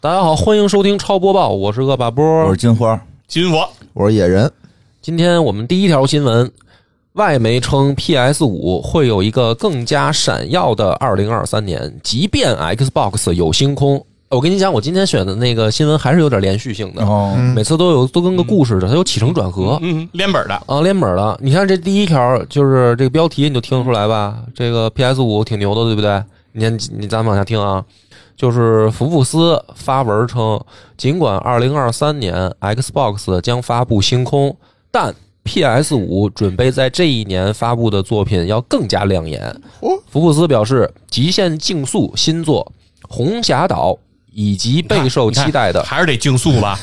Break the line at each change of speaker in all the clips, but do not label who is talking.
大家好，欢迎收听超播报，我是恶霸
我
波
是。金花，
金我
我是野人，
今天我们第一条新闻，外媒称 PS 五会有一个更加闪耀的2023年，即便 Xbox 有星空。我跟你讲，我今天选的那个新闻还是有点连续性的，
后
嗯
每次都有都跟个故事似的，它有起承转合。
嗯，连本的，
啊，连本儿了！你看这第一条就是这个标题，你就听得出来吧？这个 PS 五挺牛的，对不对？你看，你咱们往下听啊，就是福布斯发文称，尽管2023年 Xbox 将发布《星空》，但 PS 五准备在这一年发布的作品要更加亮眼。福布斯表示，《极限竞速》新作《红霞岛》以及备受期待的
还是得竞速吧？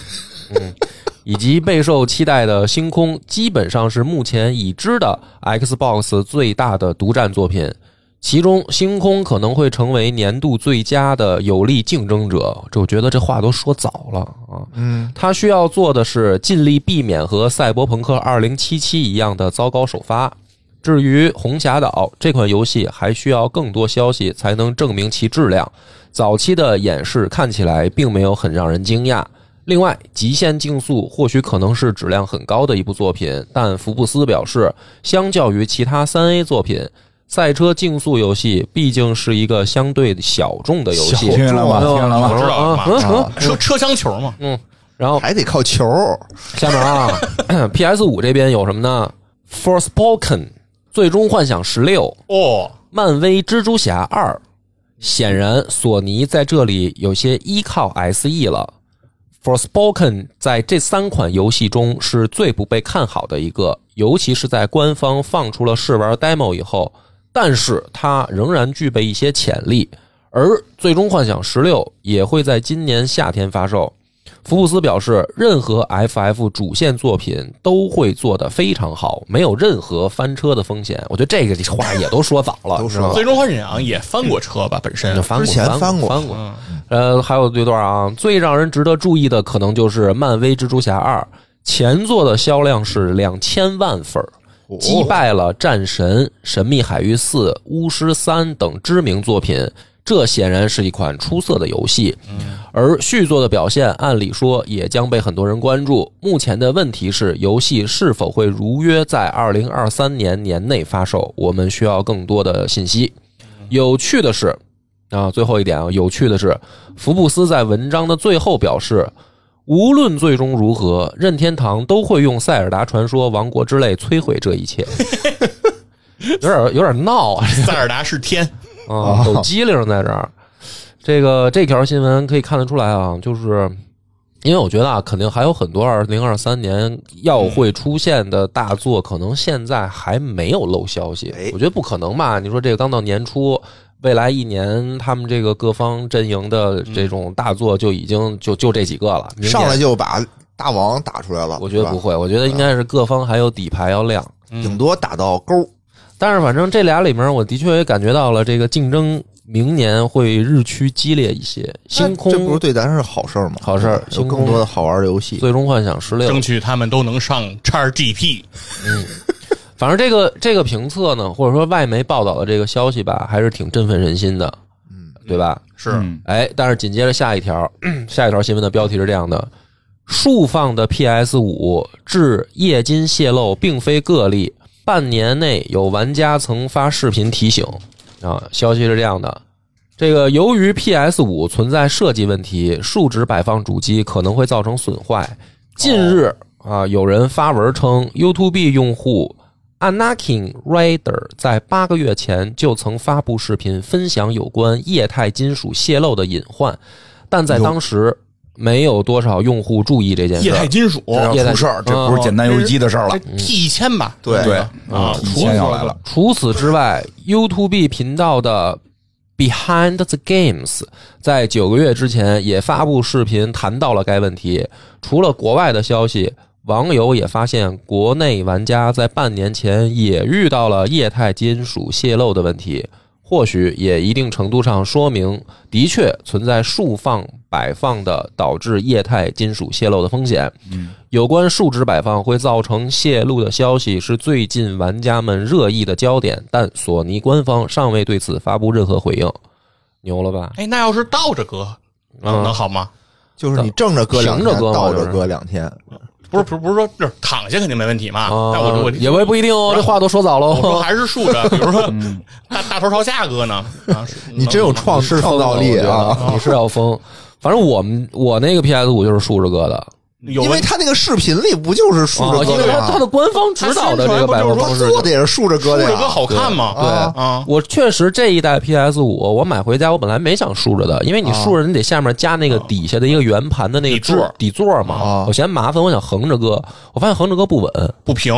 以及备受期待的《星空》，基本上是目前已知的 Xbox 最大的独占作品。其中，《星空》可能会成为年度最佳的有力竞争者。这我觉得这话都说早了啊。嗯，他需要做的是尽力避免和《赛博朋克2077》一样的糟糕首发。至于《红霞岛》这款游戏，还需要更多消息才能证明其质量。早期的演示看起来并没有很让人惊讶。另外，《极限竞速》或许可能是质量很高的一部作品，但福布斯表示，相较于其他三 A 作品，赛车竞速游戏毕竟是一个相对小众的游戏。
听见了吗？听见了吗？
知道了
啊
吗
嗯嗯
车车厢球嘛，
然后
还得靠球。
下面啊 ，PS 五这边有什么呢？Forspoken、最终幻想十六、
哦，
漫威蜘蛛侠二，显然索尼在这里有些依靠 SE 了。Forspoken 在这三款游戏中是最不被看好的一个，尤其是在官方放出了试玩 demo 以后，但是它仍然具备一些潜力。而《最终幻想十六》也会在今年夏天发售。福布斯表示，任何 FF 主线作品都会做得非常好，没有任何翻车的风险。我觉得这个话也都说早了，
都
你知道吧嗯
说
最终幻想也翻过车吧，本 身
就翻过，
之前
翻
翻过
翻过。呃，还有这段啊，最让人值得注意的可能就是《漫威蜘蛛侠二》前作的销量是两千万份儿，
哦
击败了《战神》《神秘海域四》《巫师三》等知名作品。这显然是一款出色的游戏，而续作的表现，按理说也将被很多人关注。目前的问题是，游戏是否会如约在二零二三年年内发售？我们需要更多的信息。有趣的是，啊，最后一点啊，有趣的是，福布斯在文章的最后表示，无论最终如何，任天堂都会用《塞尔达传说：王国之泪》摧毁这一切。 有点有点闹啊，
塞尔达是天，
哦
啊，抖机灵在这儿。这个这条新闻可以看得出来啊，就是因为我觉得啊，肯定还有很多二零二三年要
嗯
会出现的大作，可能现在还没有漏消息
哎。
我觉得不可能吧？你说这个刚到年初，未来一年他们这个各方阵营的这种大作就已经就就这几个了，明年
嗯上来就把大王打出来了，
我觉得不
是吧，
会，我觉得应该是各方还有底牌要亮。
顶多打到勾。
但是反正这俩里面，我的确也感觉到了这个竞争明年会日趋激烈一些。星
这不
空
是对咱是好事儿吗？
好事儿
有
星空
更多的好玩的游戏。
最终幻想十六
争，取他们都能上叉 GP，
反正这个这个评测呢，或者说外媒报道的这个消息吧，还是挺振奋人心的，嗯，对吧？
是
嗯
哎，但是紧接着下一条， 下一条新闻的标题是这样的：数放的 PS 五至夜间泄露并非个例，半年内有玩家曾发视频提醒。啊，消息是这样的。这个由于 PS 五存在设计问题，数值摆放主机可能会造成损坏。近日
哦
啊，有人发文称，YouTube 用户 Anakin Rider 在八个月前就曾发布视频，分享有关液态金属泄漏的隐患，但在当时没有多少用户注意这件事
液
儿。
态金属
啊
这要出事儿，这不是简单游戏机的事儿了
这。T 一千吧，
对
对
啊，
以前要来了，
除此之外，YouTube 频道的 Behind the Games 在九个月之前也发布视频谈到了该问题。除了国外的消息，网友也发现国内玩家在半年前也遇到了液态金属泄漏的问题。或许也一定程度上说明，的确存在数放摆放的导致液态金属泄漏的风险。有关数值摆放会造成泄露的消息是最近玩家们热议的焦点，但索尼官方尚未对此发布任何回应。牛了吧？
哎，那要是倒着搁能能好吗？
就是你正着搁两
平着
天，
搁嘛
倒
就是
着搁两天，
不是不是不是说就是躺下肯定没问题嘛，
啊
但我我
也不不一定哦，这话都说早
我说
喽。
还是竖着，比如说大大头朝下搁呢，啊，是
你真有
能
创
是
创造力 啊！，
你是要疯。反正我们我那个 PS 五就是竖着搁的，
有
因为
问
他那个视频里不就是竖
啊
着
因
搁
为
的
它它
吗？
的官方指导的这个摆放
他
方式
做的也是竖着搁
竖着
的
搁
呀。
好看嘛，
对
啊，
我确实这一代 PS 五，我买回家我本来没想竖着的，因为你竖着你得下面加那个底下的一个圆盘的那个
底座
支底座嘛
啊，
我嫌麻烦，我想横着搁，我发现横着搁不稳
不平，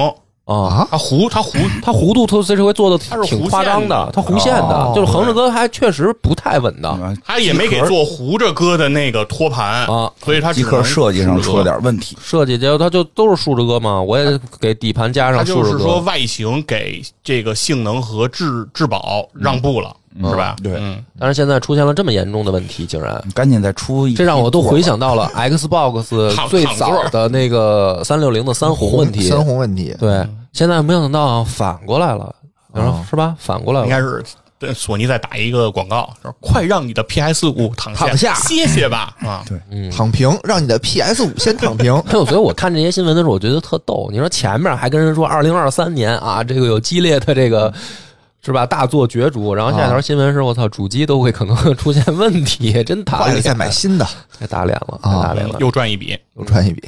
啊。
它弧它弧
它弧度特这回做的
它是
挺
弧
夸张
线的
它弧线的
哦，
就是横着搁还确实不太稳的。
啊
它也没给做糊着搁的那个托盘
啊，
所以它
机
只
壳
能
设计上出了点问题，
设计结果它就都是竖着搁嘛，我也给底盘加
它
上竖
哎就
着
是说
搁。
外形给这个性能和质质保让步了，是吧？
对
嗯，
但是现在出现了这么严重的问题，竟然。
你赶紧再出一，
这让我都回
想。
想 到了 Xbox
躺
最
躺座
早的那个三六零的三红问题，
三红问题，
对，
嗯
现在没想到反过来了，然后是吧？反过来
应
了，。
该是对索尼在打一个广告，说快让你的 PS 五躺
躺下
歇歇吧啊！
躺平，让你的 PS 五先躺平
所以我看这些新闻的时候，我觉得特逗。你说前面还跟人说二零二三年啊，这个有激烈的这个是吧大做角逐，然后下一
啊
条新闻是我操，主机都会可能 出现问题，真打
换了
脸，
再买新的，
太打脸了，太
啊
打脸了。
嗯又赚一笔，
又赚 一笔。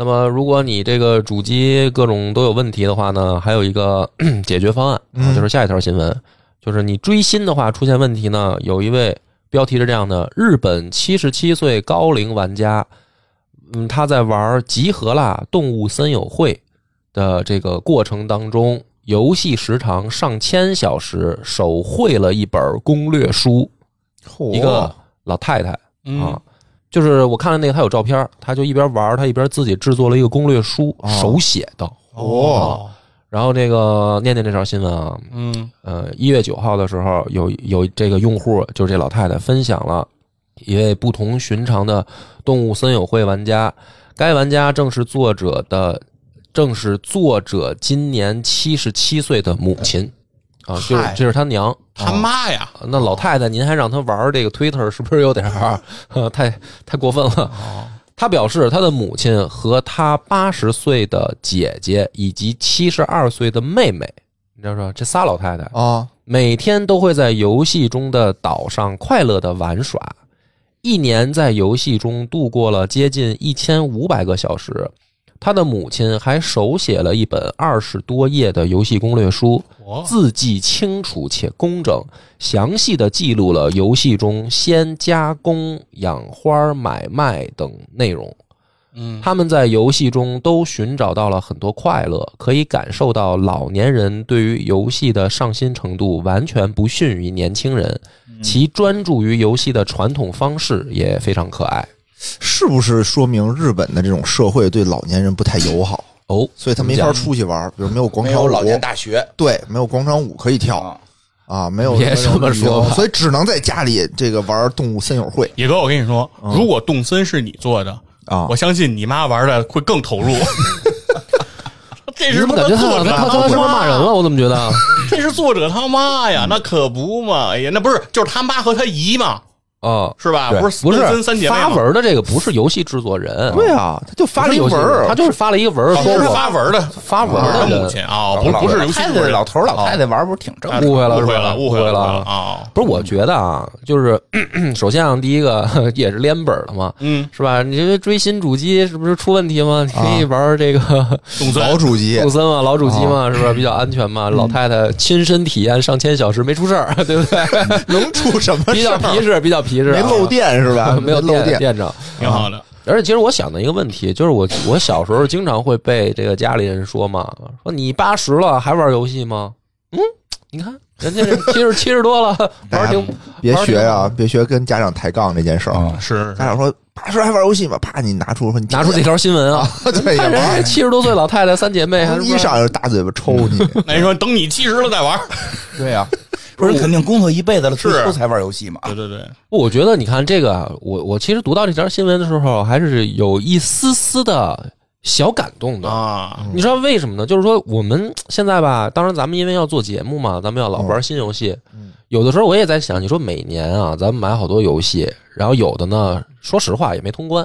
那么，如果你这个主机各种都有问题的话呢，还有一个 解决方案，啊，就是下一条新闻，就是你追星的话出现问题呢，有一位标题是这样的：日本七十七岁高龄玩家，嗯，他在玩《集合啦动物森友会》的这个过程当中，游戏时长上千小时，手绘了一本攻略书，一个老太太。啊
嗯，，
就是我看了那个，他有照片儿，他就一边玩儿，他一边自己制作了一个攻略书，手写的。
哦，
然后这个念念这条新闻啊，
嗯，
呃，一月九号的时候，有有这个用户，就是这老太太分享了一位不同寻常的动物森友会玩家，该玩家正是作者的，正是作者今年七十七岁的母亲啊，就是
嗨
这是他娘。
他妈呀，
那老太太，您还让她玩儿这个 Twitter，是不是有点儿呃太太过分了？她表示，她的母亲和她八十岁的姐姐以及七十二岁的妹妹，你知道说这仨老太太
啊，
每天都会在游戏中的岛上快乐的玩耍，一年在游戏中度过了接近一千五百个小时。她的母亲还手写了一本二十多页的游戏攻略书，
我
字迹清楚且工整，详细的记录了游戏中先加工、养花、买卖等内容。
嗯，
他们在游戏中都寻找到了很多快乐，可以感受到老年人对于游戏的上心程度完全不逊于年轻人，其专注于游戏的传统方式也非常可爱。
是不是说明日本的这种社会对老年人不太友好，
哦，
所以他没
怎么
法
讲
出去玩，比如没有广
没
场
有
舞，
老年大
嗯
学
啊
对，没有广场舞可以跳
啊，
啊，没有
别
那种
这么
旅游
说吧
所以只能在家里这个玩动物森友会
野哥，我跟你说，如果动森是你做的，
啊
我。相信你妈玩的会更 投入。这
你
是
怎么感觉他
作
好
者
像他他
妈
他妈骂人了？嗯我怎么觉得？
这是作者他妈呀，那可不嘛！哎呀，那不是就是他妈和他姨嘛，
哦，
是吧？
对
不是
不是
动森三姐妹
发
吗？
文的这个不是游戏制作人，
对啊，他就发
不
了
是
一
游戏
文
制作人
儿，
啊
他就是发了一个文儿
哦
说
是
我
发文的，
发文
不是他
儿的
母
人
亲啊，不是不是游戏
太
主啊
太
人
老头儿老太太玩儿不是挺正常？
误会了，
误
是
会
吧
了，误
会
会了，
了
啊！哦
不是，我觉得啊，就是 咳咳首先啊，第一个 呵也是连本儿的嘛，
嗯，
是吧？你这追新主机是不是出问题吗？你可以玩这个
啊
动森
老主机
杜森嘛，老主机
啊
嘛，是不是比较安全
嗯
嘛？老太太亲身体验上千小时没出事儿，对不对？
能出什么
比
事
较
儿？
皮实，比较皮实啊，？
嗯没漏电是吧
没有
漏
电
电，
电着。
挺好的，
而且，其实我想的一个问题就是我，我小时候经常会被这个家里人说嘛，说你八十了还玩游戏吗？嗯，你看人家人七十七十多了玩儿挺
别
玩儿挺
学啊，别学跟家长抬杠这件事儿。
嗯
啊，
是
家长说八十还玩游戏吗？啪，你拿出说你
拿出这条新闻啊，
对
看人 家
呀，
七十多岁老太太三姐妹还是
一上就大嘴巴抽你，
那你说等你七十了 再玩儿？
对呀，不是肯定工作一辈子了，最后才玩游戏嘛？
对对对，
我觉得你看这个啊，我我其实读到这条新闻的时候，还是有一丝丝的小感动的。
啊，
你知道为什么呢？就是说我们现在吧，当然咱们因为要做节目嘛，咱们要老玩新游戏。有的时候我也在想，你说每年啊，咱们买好多游戏，然后有的呢说实话也没通关，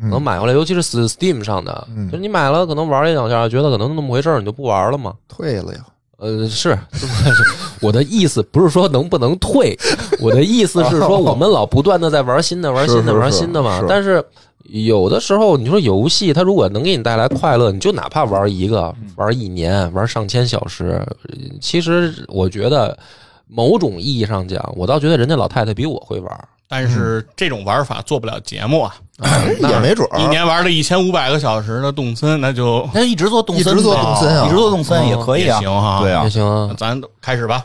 可能买回来，尤其是 Steam 上的，
嗯
就是你买了可能玩一两下，觉得可能那么回事儿，你就不玩了嘛。
退了呀。
呃，是， 我的意思不是说能不能退，我的意思是说我们老不断的在玩新的、玩新
是
的、
是
玩
是
新的嘛
是。
但是有的时候，你说游戏它如果能给你带来快乐，你就哪怕玩一个、
嗯
玩一年、玩上千小时，呃其实我觉得某种意义上讲，我倒觉得人家老太太比我会 玩。
但
嗯
是这种玩法做不了节目啊，
那
哎也没准儿
一年玩了一千五百个小时的动森，那就
哎
他一直做动
一
森，
直做动森啊
一直做动森也可以啊，
也行哈
对啊
也，行啊
那，咱都开始吧，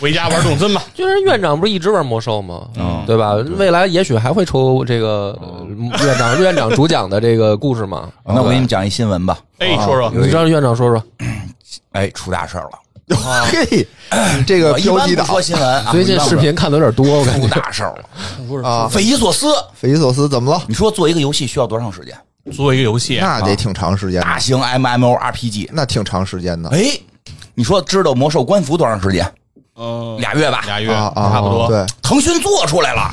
回家玩动森吧。
就是院长不是一直玩魔兽吗？
嗯
对吧？未来也许还会抽这个
哦
呃院长院长主讲的这个故事嘛？
那我给你们讲一新闻吧。
哎，说说
哦你让院长说说，
哎，出大事儿了！
啊
嘿，你这个
我一
标
般
题
不
党
说新闻啊，
最近
我一般
视
不
频看的有点多，我感
说出
觉。
大事儿了，
啊，
匪夷所思。
匪夷所思怎么了？
你说做一个游戏需要多长时间？
做一个游戏，
那得挺长时间的，
啊大型 MMORPG，
那挺长时间的
哎，你说知道魔兽官服多长时间？
嗯，
俩月吧。
俩月
啊啊，
差不多。
对，
腾讯做出来了，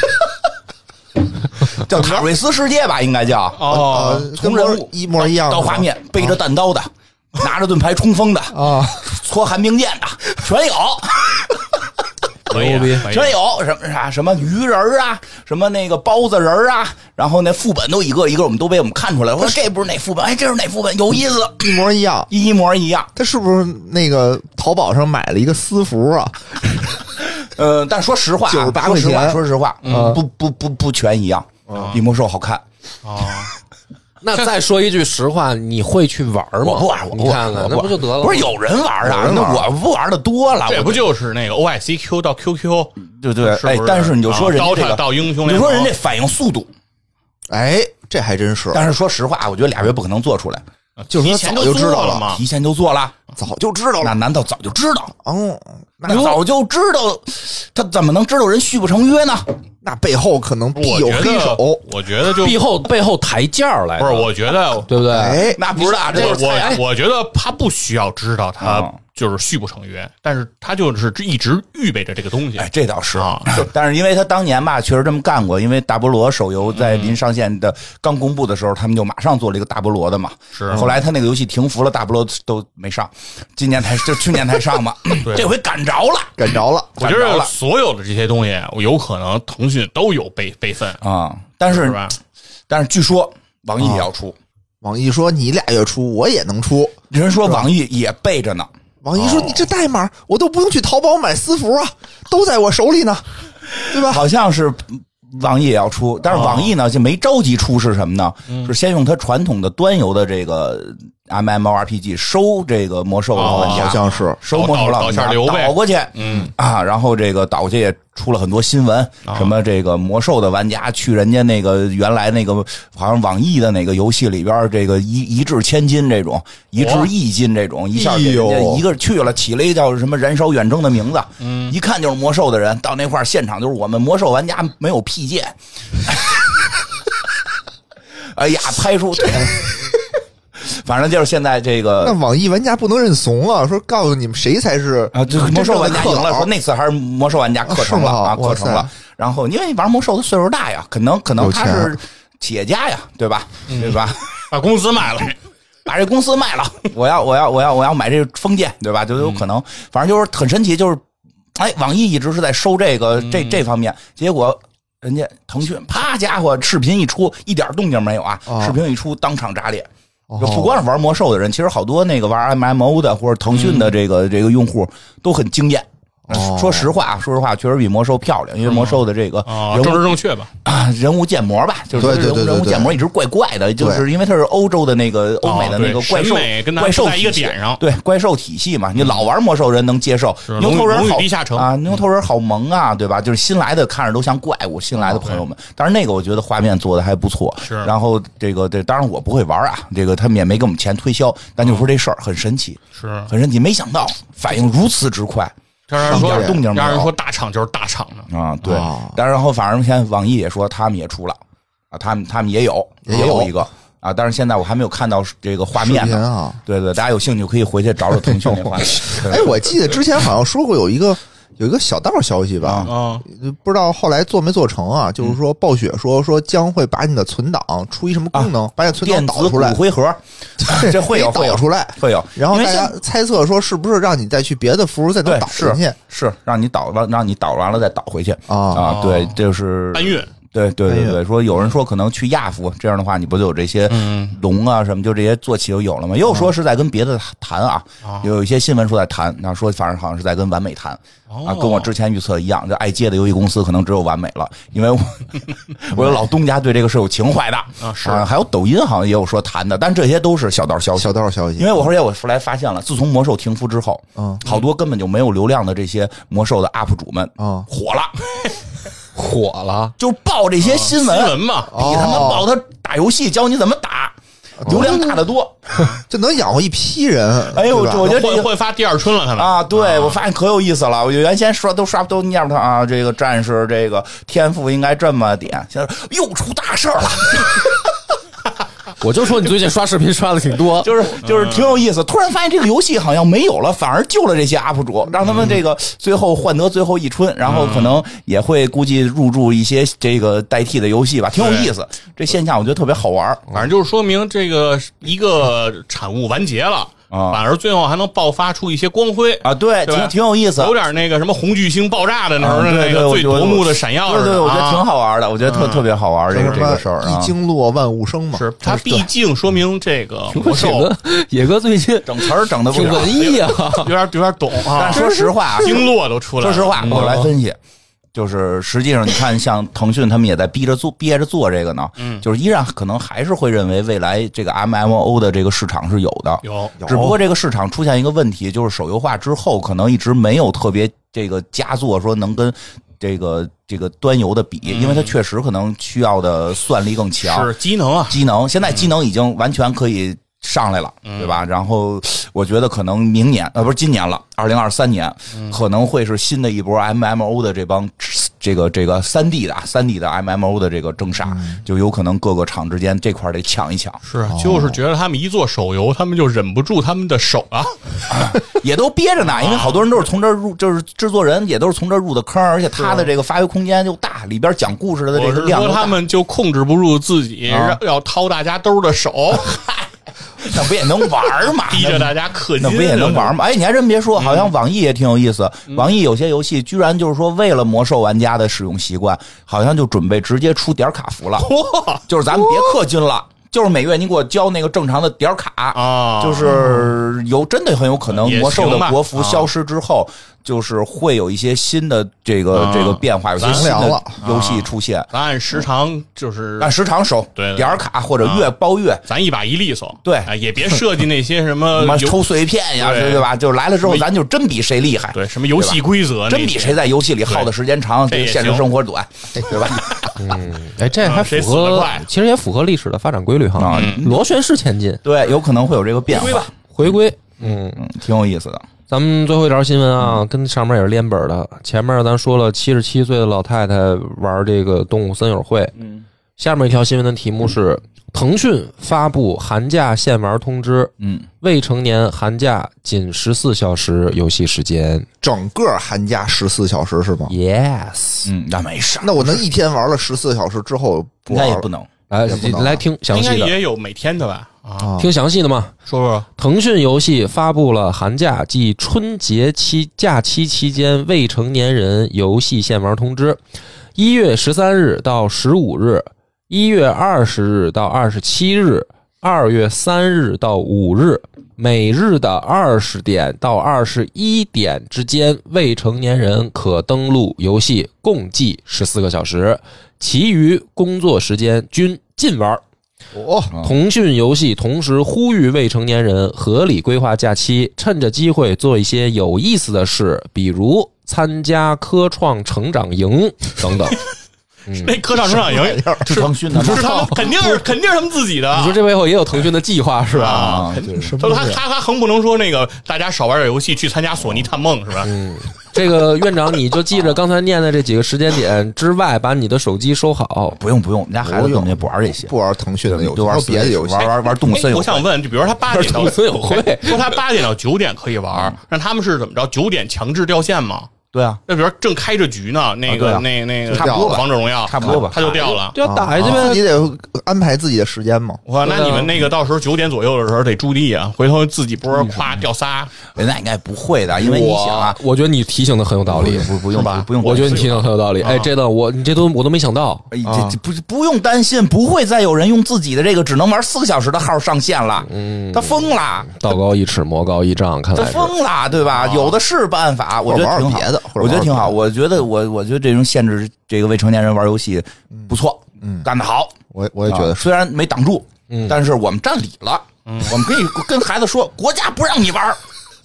叫塔瑞斯世界吧，应该叫。
呃
哦，，
跟
从人
模
物
一模一样的哦
到画面，背着弹刀的，拿着盾牌冲锋的，
啊，
搓寒冰剑的，全有，
哎
可以啊
牛逼
可以啊
全有。什么啥什么鱼人儿啊，什么那个包子人儿啊，然后那副本都一个一个，我们都被我们看出来了。我说这不是哪副本，哎，这是哪副本，有意思，
一模一样。
一模一样。
他是不是那个淘宝上买了一个私服啊？
呃，但说实话啊，
98
说实
块
话，
钱嗯
说实话，不不不不全一样，比魔兽好看。
哦，
那再说一句实话，你会去玩吗？
我不玩，我
你
不玩，
看看，
我
那
玩
不就得了吗？
不是有人玩
有
啊，
人
那
玩
我不玩的多了，
这
我
不就是那个 OICQ 到 QQ，
对对
是不
哎
是，
但是你就说人家
啊
这个
刀塔到英雄
你就
联盟
说人家反应速度，
哎，这还真是，
但是说实话，我觉得俩月不可能做出来，
就是
啊提
说
前
早就
做
知道
了
了
嘛。
提前就做了，
早就知道
那
了。
难道早就知道？
嗯，那
那早就知道，他怎么能知道人续不成约呢？
那背后可能必
我
有
觉
黑
得
手。，
我觉 得就
背后背后抬价来的，
不是，我觉得。
对不对？
哎，
那不知道，这
我
就是哎
我我觉得他不需要知道他
嗯
就是续不成约，但是他就是一直预备着这个东西
哎，这倒是
啊。
但是因为他当年吧，确实这么干过。因为大菠萝手游在临上线的刚公布的时候，他们就马上做了一个大菠萝的嘛。
是
后来他那个游戏停服了，大菠萝都没上，今年 才就去年才上嘛。
对
这回赶着了
赶着了，
我觉得所有的这些东西，有可能腾讯都有备备份，
啊！但
是
是
吧？啊
但是据说网易也要出，
网易说你俩月出，我也能出。
人说网易也备着呢。
网易说
哦
你这代码我都不用去淘宝买私服啊，都在我手里呢，对吧？
好像是网易也要出，但是网易呢就没着急出是什么呢？是先用它传统的端游的这个 MMORPG 收这个魔兽的老玩
哦
家，
好像是
收魔兽老玩
导导导
家
线流呗
导过去，嗯啊，然后这个导过去也出了很多新闻，什么这个魔兽的玩家去人家那个原来那个好像网易的哪个游戏里边这个一一掷千金这种，一掷亿金这种，一下给人
哎呦
家一个去了，起了一叫什么“燃烧远征”的名字，嗯，一看就是魔兽的人，到那块儿现场就是我们魔兽玩家没有屁见，哎呀，拍出。反正就是现在这个
那网易玩家不能认怂啊，说告诉你们谁才是
啊，就是魔
真
兽
正的
玩家赢
克
了，
劳
说那次还是魔兽玩家克成了
啊
啊，
是吗
克成
哇
了
塞。
然后因为玩魔兽的岁数大呀，可能可能
有
他
钱啊嗯
是企业家呀，对吧？对吧？
把公司卖了，
嗯把这公司卖了，嗯我要我要我要我要买这封建，对吧？就有可能，反正就是很神奇，就是哎，网易一直是在收这个这这方面，结果。人家腾讯，啪家伙，视频一出，一点动静没有啊！
哦
视频一出，当场炸裂。
哦
就不光是玩魔兽的人，其实好多那个玩 MMO 的或者腾讯的这个、这个用户都很惊艳。
哦
说实话，啊说实话，确实比魔兽漂亮，因为魔兽的这个
啊，
人
政
物、
治正确吧？
啊、人物建模吧，就是
对对
人物
对对
人物
对
建模一直怪怪的，就是因为它是欧洲的那个欧美的那个
哦对
怪兽、
审美跟它
怪兽
不在一个
体系
点上
对怪兽体系嘛，你老玩魔兽人能接受，
是
牛头
龙
人
与
好
地下城嗯
啊，牛头人好萌啊，对吧？就是新来的看着都像怪物，新来的朋友们，但是那个我觉得画面做的还不错，
哦是
然后这个这当然我不会玩啊，这个他们也没给我们钱推销，但就说这事儿很神奇，
是，
很神奇，没想到反应如此之快。
让人
一
说
点动静没有
让人说大厂就是大厂呢。
啊，对
哦。
但然后反正现在网易也说他们也出了啊，他们他们也有
也
有
有
一个啊，但是现在我还没有看到这个画面
视频
呢。
啊？
对对，大家有兴趣可以回去找找腾讯那画面。
哎，我记得之前好像说过有一个。有一个小道消息吧，
啊，
不知道后来做没做成啊？就是说暴雪说说将会把你的存档出一什么功能，把你的存档
啊电
导
子
出
骨
来，
灰 盒，这会 有会有
导出来，
会有，
然后
因
大
为
家
现
猜测说是不是让你再去别的服务再能
对
导
是
进去
是让你导完，让你导完了再导回去
啊？
啊，对，就是
搬运，
对对对
搬
对，说有人说可能去亚服，这样的话你不就有这些
嗯
龙啊什么，就这些坐骑就有了吗？也有说
哦
是在跟别的谈啊，有一些新闻说在谈，那说反正好像是在跟完美谈
哦
啊，跟我之前预测一样，这爱街的游戏公司可能只有完美了，因为 我我有老东家对这个是有情怀的啊
是
还有抖音好像也有说谈的，但这些都是小道消息
小。道消息，
因为我后来我后来发现了，自从魔兽停服之后，
嗯，
好多根本就没有流量的这些魔兽的 UP 主们
嗯
火了，
火了，
就爆这些啊新闻，
新闻嘛，
比他妈爆他打游戏教你怎么打，流量大得多。
就能养活一批人。啊
哎呦，
对吧
我觉得这
会
个
会发第二春了，看来
啊，对我发现可有意思了。我原先刷都刷都念不他啊，这个战士这个天赋应该这么点，现在又出大事儿 了，
啊我就说你最近刷视频刷的挺多，
就是就是挺有意思。突然发现这个游戏好像没有了，反而救了这些 UP 主，让他们这个最后换得最后一春，然后可能也会估计入驻一些这个代替的游戏吧，挺有意思。这现象我觉得特别好玩儿。
反正就是说明这个一个产物完结了，
啊
反而最后还能爆发出一些光辉
啊，对，
对
挺挺有意思，
有点那个什么红巨星爆炸的那时候的
啊对
那
对
个
我
最
觉得
夺目的
我
闪耀
对
似
对，
的
我觉得
啊
挺好玩的，我觉得特特别好玩这
说
个
什
这
么
个事儿啊
一。经落万物生嘛，
啊是它毕竟说明这个魔兽
野
啊
哥野哥最近
整词儿整的不
挺
少，
文艺啊，
有点有点懂啊
但，说实话啊，
经络都出来
说
了。嗯
实话，我来分析。就是实际上，你看，像腾讯他们也在逼着做，憋着做这个呢。嗯，就是依然可能还是会认为未来这个 MMO 的这个市场是有的，
有
只不过这个市场出现一个问题，就是手游化之后，可能一直没有特别这个佳作说能跟这个这个端游的比，因为它确实可能需要的算力更强，
嗯是机能啊，
机能，现在机能已经完全可以上来了，
嗯
对吧？然后我觉得可能明年呃不是今年了，二零二三年
嗯
可能会是新的一波 MMO 的这帮这个这个三 D 的啊三 D 的 MMO 的这个争杀，
嗯
就有可能各个厂之间这块儿得抢一抢，
是就是觉得他们一做手游，他们就忍不住他们的手啊，
也都憋着 呢，因为好多人都是从这儿入，就是制作人也都是从这儿入的坑，而且他的这个发挥空间又大，里边讲故事的这
我
个
是
量
说
又大
他们就控制不住自己，
啊
让要掏大家兜的手，？
那不也能玩儿嘛
逼着大家氪金，啊
那不也能 玩吗？哎，你还真别说，好
嗯
像网易也挺有意思。网易有些游戏居然就是说，为了魔兽玩家的使用习惯，好像就准备直接出点卡服了，就是咱们别氪金了，就是每月你给我交那个正常的点卡，
啊？
就是有真的很有可能
也行吧啊
魔兽的国服消失之后，就是会有一些新的这个
啊
这个变化，有些
咱
新
凉
的
了
游戏出现。
咱按时长就是，
按时常收
对啊
点卡或者月包月，
咱一把一利索，
对
啊也别设计那些什么
什么
游
抽碎片呀，
呃对
对吧？就是来了之后，
没
咱就真比谁厉害。
对什么游戏规则，
真比谁在游戏里耗的时间长，
这也
现实
行
生活短，对吧？
哎，这还
啊谁
符
死得
合
快，
其实也符合历史的发展规律哈嗯
啊，
螺旋式前进，
对，有可能会有这个变化，
回归，嗯。
嗯，挺有意思的。
咱们最后一条新闻啊，跟上面也是连本儿的。前面咱说了，七十七岁的老太太玩这个动物森友会。
嗯，
下面一条新闻的题目是：腾讯发布寒假限玩通知，
嗯，
未成年寒假仅十四小时游戏时间。
整个寒假十四小时是吗？
Yes，
嗯，那没事儿，
那我能一天玩了十四小时之后不
应该
玩
也
了
不能。
来
也不能啊
来听详
应该
细的，
也有每天的吧？啊，
啊？
听详细的嘛。
说
啊
说
腾讯游戏发布了寒假及春节期假期期间未成年人游戏限玩通知，一月十三日到十五日，一月二十日到二十七日，二月三日到五日，每日的二十点到二十一点之间，未成年人可登录游戏共计十四个小时，其余工作时间均禁玩。
哦，
嗯
腾讯游戏同时呼吁未成年人合理规划假期，趁着机会做一些有意思的事，比如参加科创成长营等等。
嗯
那科长 成长营
是腾讯的吗
是 他们肯定是肯定是他们自己的
你说
啊。
这背后也有腾讯的计划 是吧？
啊，
什
就
么
是
东
他
西啊？
他他横不能说那个大家少玩点游戏去参加索尼探梦是吧？
这个院长，你就记着刚才念的这几个时间点之外，把你的手机收好。
不用不用，人家孩子根本就不玩这些，
不玩腾讯的游戏，
就玩
还有别的
Switch，
游戏
玩玩玩动物森
哎
友
我。想问，就比如说他八点到
不是有会
说他八点到九点可以玩，那他们是怎么着？九点强制掉线吗？
对啊，
那比如说正开着局呢，那
啊对
个
啊
那那个
差不多吧
王者荣耀
差不多吧
它就掉了。
就要打下去
啊自
呗。
己得安排自己的时间嘛。
哇，那
对啊
你们那个到时候九点左右的时候得注意啊，回头自己波夸掉仨，
人家应该不会的，因为你想啊，
我觉得你提醒的很有道理，
不不用
是吧
不用，
我觉得你提醒得很有道理。哎，这的我你这都我都没想到，
哎这这不不用担心，不会再有人用自己的这个只能玩四个小时的号上线了。嗯，他疯了，
道高一尺，魔高一丈，看
他
来是
疯了，对吧？有的是办法，我觉得
啊玩
挺好
玩别的或者
我觉得
玩
挺好。
玩
我觉得我我觉得这种限制这个未成年人玩游戏不错，嗯，干得好。
我我也觉得
啊
是，嗯
虽然没挡住，但是我们占理了。我们可以跟孩子说，国家不让你玩，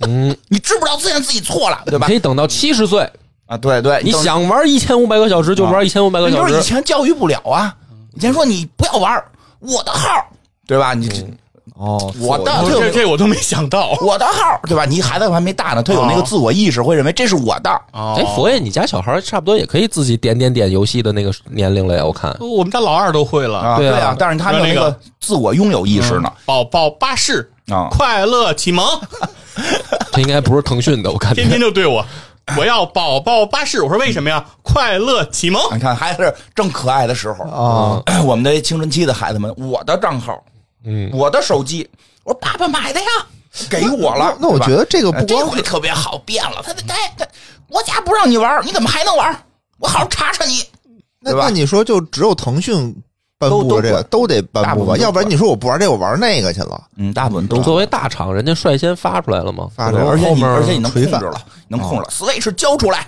嗯，你知不知道自己自己错了，对
你
吧
可？以等到七十岁，
啊，对对，
你
等啊
想玩一千五百个小时就玩一千五百个小
就是以
时，
前教育不了啊，以前说你不要玩我的号，对吧？你这
哦，
我的
我这
对
这我都没想到。
我的号，对吧？你孩子还没大呢，他有
啊
那个自我意识，会认为这是我的。
哎，佛爷，你家小孩差不多也可以自己点点点游戏的那个年龄了呀，我看。
哦
我们家老二都会了，
啊，
对
对
啊
但是他没有那
那
个
个
自我拥有意识呢。
宝宝巴士
啊
快乐启蒙，
他应该不是腾讯的，我感觉
天天就对我， 我要宝宝巴士。我说为什么呀？快乐启蒙，
你看，还是啊正可爱的时候
啊！
我们的青春期的孩子们，我的账号，嗯，我的手机，我说爸爸买的呀，给我了。
那我
对吧
觉得这个
哎
不
这
光
回特别好，变了。他他他，国家不让你玩，你怎么还能玩？我好好查查你。
那
对吧
那你说就只有腾讯颁布了这个，都得
大
颁
部
布
分
吧？
都
要不然
管
你说我不玩这，我玩那个去了，
嗯，大部分
作为大厂，人家率先发出来了嘛，
发出来了
而且
后
你
面
而且你能控
垂
制
范啊
了，能控制了。Switch 交出来，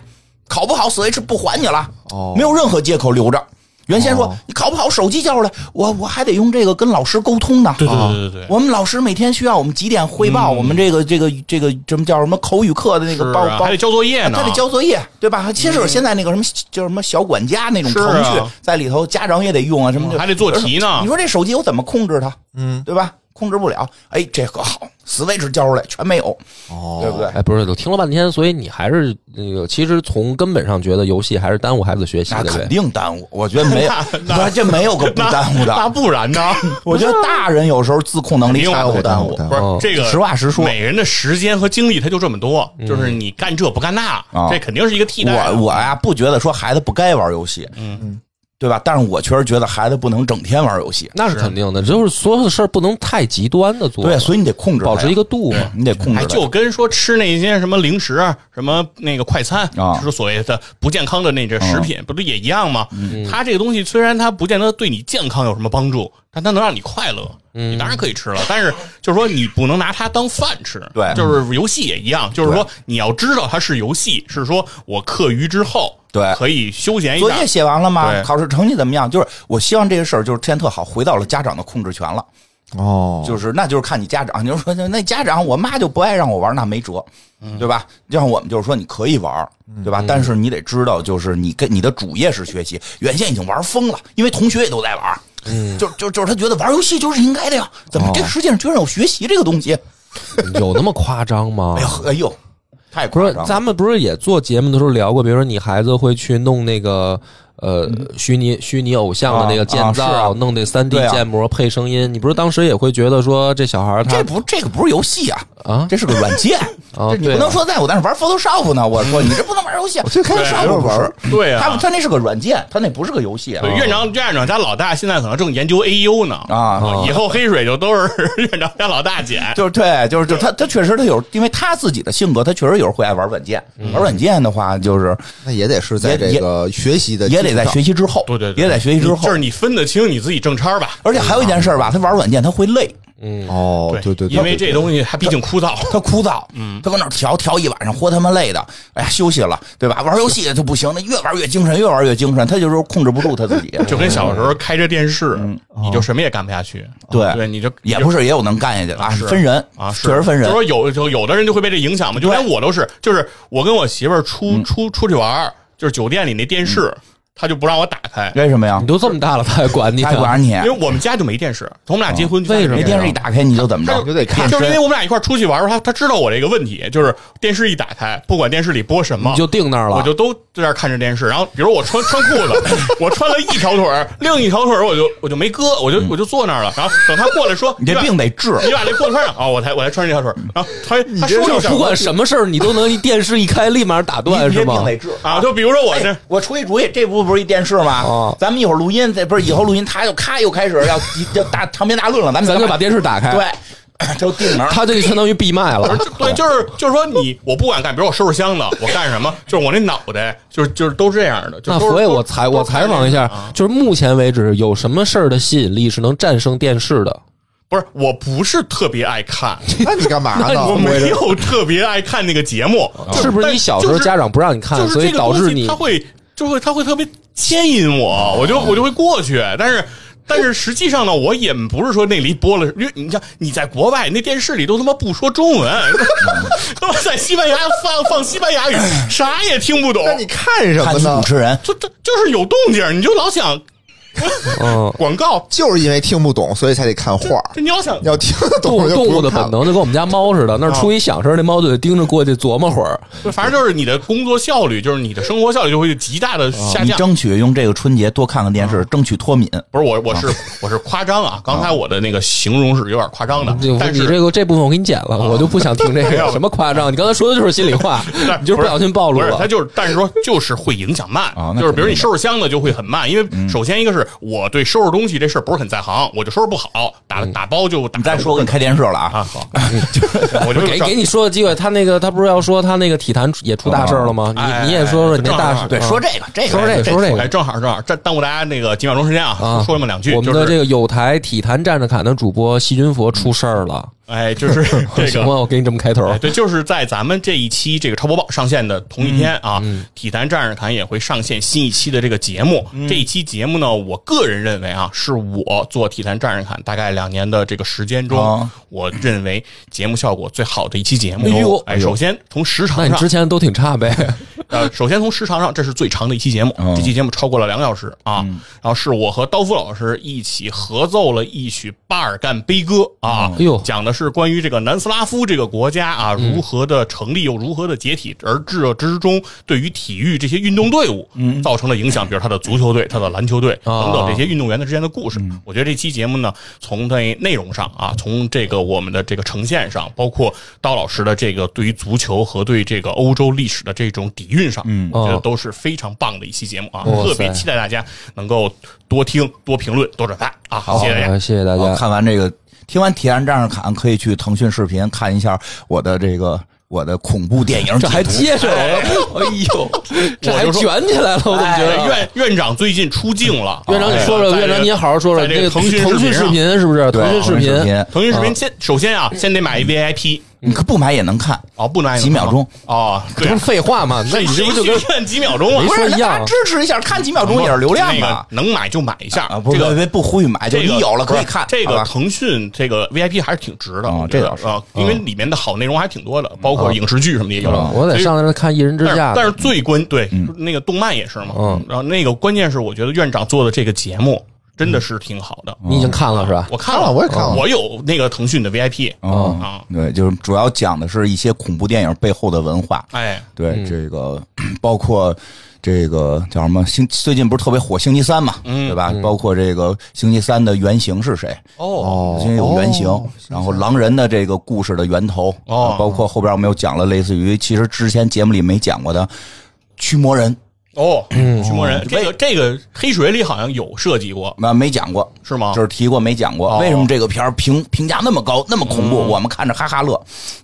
考不好 Switch 不还你了，
哦
没有任何借口留着。原先说
哦
你考不好，手机交出来，我我还得用这个跟老师沟通呢。
对对
啊
对对对对
我们老师每天需要我们几点汇
嗯
报我们这个这个这个什么叫什么口语课的那个
是
报
啊
报
还得交作业呢，
他得交作业，对吧？其实有现在那个什么叫什么小管家那种
是
程
啊嗯
序在里头，家长也得用啊，什么就
还得做题呢
你。说这手机我怎么控制它？嗯，对吧？控制不了。哎，这个好，Switch 交出来全没有，
哦
对不对？
哎，不是，我听了半天，所以你还是那个，其实从根本上觉得游戏还是耽误孩子学习
那
的
肯
呗。
定耽误，我觉得没有，我这没有个不
那
耽误
那
的。
不 然呢？
我觉得大人有时候自控能力差
肯定
不
会
耽
耽
误
误的
不是
哦
这个，
实话实说嗯
每人的时间和精力他就这么多，就是你干这不干那
啊，
这肯定是一个替代的。
我我呀不觉得说孩子不该玩游戏，嗯，对吧？但是我确实觉得孩子不能整天玩游
嗯
戏，
那是肯定的，就是所有的事儿不能太极端的做，
对，所以你得控制他呀，
保持一个度 嘛。
你得控制
哎，
他，
就跟说吃那些什么零食、啊，什么那个快餐，
啊嗯
就是所谓的不健康的那这食品，不都也一样吗？它这个东西虽然它不见得对你健康有什么帮助，但它能让你快乐，你当然可以吃了。但是就是说你不能拿它当饭吃，
对
就是游戏也一样，就是说你要知道它是游戏，是说我课余之后
对
可以休闲一
作
下
业。写完了吗？
对
考试成绩怎么样？就是我希望这个事儿就是现在特好，回到了家长的控制权了。
哦，
就是那就是看你家长，你就说那家长我妈就不爱让我玩，那没辙，对吧？就像我们就是说你可以玩，对吧？但是你得知道，就是你跟你的主业是学习，原先已经玩疯了，因为同学也都在玩。嗯，就就就是他觉得玩游戏就是应该的呀，怎么这个世界上居然有学习这个东西？
有那么夸张吗
哎？呦哎呦，太
不
夸
是
张，了！
咱们不是也做节目的时候聊过，比如说你孩子会去弄那个呃
嗯
虚拟虚拟偶像的那个建造，
啊啊是啊
弄那三 D
对啊
建模、配声音，你不是当时也会觉得说这小孩儿他
这不这个不是游戏啊，
啊
这是个软件。
啊
这你
对
不能
啊
说在我那儿玩 Photoshop 呢，我说你这不能玩游戏。
我最开始也
Photoshop
玩
不是
对
他
啊，
他那是个软件，他那不是个游戏。
对院长院长家老大现在可能正研究 AU 呢
啊
以后黑水就都是 院长家老大姐。
就是对，就是就他他确实他有，因为他自己的性格，他确实有时候会爱玩软件。
嗯
玩软件的话，就是
那也得是
也
在这
也
个学习的
也得在
基础
学习之后，
对对，对
也得在学习之
就是
后。
你啊分得清你自己正差儿吧。
而且还有一件事儿吧，他玩软件他会累，
嗯
上哦，对对，
因为这东西它毕竟枯燥，
他枯燥，嗯，他搁那儿调调一晚上，活他妈累的，哎呀，休息了，对吧？玩游戏就不行，那越玩越精神，越玩越精神，他就是控制不住他自 己。
就跟小时候开着电视，你就什么也干不下去。
嗯对
对，你就
也不是也有能干下去的啊，
是
分人
啊，是
确实分人
就。说有就有的人就会被这影响嘛，就连
对嗯
我都是，就是我跟我媳妇儿出出出去玩儿，就是酒店里那电视。他就不让我打开，
为什么呀
你？都这么大了，他还管你？啊
他管着你，
因为我们家就没电视，从我们俩结婚就
为什么
没
呀
电视一打开你就怎么
他
着
你？就得看
就是因为我们俩一块儿出去玩的时候，他他知道我这个问题，就是电视一打开，不管电视里播什么
你，就定那儿了，
我就都在那儿看着电视。然后比如我穿穿裤 子，我穿了一条腿儿，另一条腿儿我就我就没割，我就我就坐那儿了。然后等他过来说，
你这
把
病得治。
你把这裤子穿上啊、我才我才穿这条腿儿。然后他他说了一下
不管什么 事儿，你都能一电视一开，立马打断
你
是
这
吗
病？得治
啊，就比如说我这
哎。我出一主意，这不不是一电视吗？
哦
咱们一会儿录音，这不是以后录音，他又咔又开始要要大长篇大论了，咱们
咱就把电视打开，，
对 就定门儿。
他这个相当于闭麦了。
对，就是就是说你，我不管干，比如我收拾箱子，我干什么，就是我那脑袋，就是就是都是这样的。就
那
都是
所以，
都是
我采
都是
我采访一下
啊，
就是目前为止有什么事儿的吸引力是能战胜电视的？
不是，我不是特别爱 看，
那你干嘛 呢？
我没有特别爱看那个节目，就是
不是你小时候
就是
家长不让你看，
就是
所
这
以
个
导
东
致
西
你哦
他会就会他会特别牵引我，我就我就会过去，但是。但是实际上呢，我也不是说那里播了，因为你像你在国外那电视里都他妈不说中文， 他妈在西班牙放放西班牙语，啥也听不懂，
那你看什
看
么
你
呢
主？持人，
就就就是有动静，你就老想
嗯，
广告，
就是因为听不懂，所以才得看画儿。
就你老想
要听得懂
动
就
动
不
物
用
的
看
本
了。啊
能就跟我们家猫似的，那儿出一响声，那猫就得盯着过去琢磨会儿。
反正就是你的工作效率，就是你的生活效率就会极大的下
哦
你
降。
争取用这个春节多看看电视，争取脱敏。
不是我，我
哦
是我是夸张啊，刚才我的那个形容是有点夸张的
就，
但
哦你
是
这个这部分我给你剪了，
啊
我就不想听这 个什么夸张。你刚才说的就是心里话，
但
你就是
不
不小心暴露
不是，他
了。
就是，但是说就是会影响慢
啊，那
就是比
肯定
如
的
你收拾箱子就会很慢，因为
嗯
首先一个是我对收拾东西这事儿不是很在行，我就收拾不好，打
嗯
打包就打。
你再说，我给你开电视了啊！
啊，好，我就
给给你说的机会，他那个他不是要说他那个体坛也出大事儿了吗？
哎
你你也说说你那大事，
对，
嗯
说这个，这个，
说这个说这个
哎，正好正好，这耽误大家那个几秒钟时间啊
啊，，
说那么两句，
我们
就
的这
是
个有台体坛站着侃的主播细菌佛出事儿了，
哎，就是 这
行
个
吗？我给你这么开头
哎，，对，就是在咱们这一期这个超播报上线的同一天
嗯
啊，体坛战士团也会上线新一期的这个节目。
嗯
这一期节目呢，我个人认为啊，是我做体坛战士团大概两年的这个时间中，
啊
我认为节目效果最好的一期节目。
哎呦
哎，首先从时
那
长
你之
上，
前都挺差呗？
呃，首先从时长上，这是最长的一期节目，
嗯
这期节目超过了两个小时啊。然后是我和刀夫老师一起合奏了一曲巴尔干悲歌啊。
哎呦，嗯
讲的是关于这个南斯拉夫这个国家啊，如何的成立又如何的解体，而这之中对于体育这些运动队伍造成了影响，比如他的足球队、他的篮球队
啊
等等这些运动员的之间的故事。
嗯
我觉得这期节目呢，从内内容上啊，从这个我们的这个呈现上，包括刀老师的这个对于足球和对这个欧洲历史的这种底蕴上，嗯我觉得
哦
都是非常棒的一期节目啊，
哇塞
特别期待大家能够多听、多评论、多转发啊！谢谢大家
好，。谢谢大
我
家。
看完这个，听完《体验战士侃》，可以去腾讯视频看一下我的这个我的恐怖电影解
这还
读。
接手了， 哎呦，这还
我就说
卷起来了，我怎么觉
哎
得？啊
院院长最近出镜了，啊
院长，你说说，
哎在
院长，你好好说说，
在
你
这个
个
腾
腾
讯
讯视
视频啊
频是不是？
对，
腾讯视
腾讯视频，
腾讯视频先首先啊，先得买 VIP
你可不买也能看。
哦，不能
几秒钟
哦，
这
对
不
啊
是，废话吗？那
谁
你这不就
谁
跟
去看几秒钟啊
没？
不
说
是，
一
那
样
大家支持一下，看几秒钟也是流量吧？
那个能买就买一下
啊，不是
这个
别别不呼吁买，就
这个
你有了可以看。
这
好
个
吧
腾讯这个 VIP 还是挺值的，
哦
我觉得
这倒是嗯哦
啊，因为里面的好内容还挺多的，包括影视剧什么的也有。
我得上那儿看《一人之
啊但是
下》
但是最关对、
嗯
那个动漫也是嘛，
哦
嗯，
然后那个关键是我觉得院长做的这个节目真的是挺好的，
嗯
你已经
哦
看了是吧？
我看啊
看了我也看了
我有那个腾讯的 VIP
嗯
啊，
对，就是主要讲的是一些恐怖电影背后的文化。
哎，
对，这个包括这个叫什么星，最近不是特别火《星期三》嘛，对吧？包括这个《星期三》的原型是谁？
哦
因为有原型，然后狼人的这个故事的源头，
哦
啊包括后边我们又讲了类似于其实之前节目里没讲过的驱魔人，
哦，
嗯
驱魔人这
为
个这个黑水里好像有涉及过，
那啊没讲过，
是吗？
就是提过没讲过。
哦
为什么这个片儿评评价那么高，那么恐怖？
嗯
我们看着哈哈乐，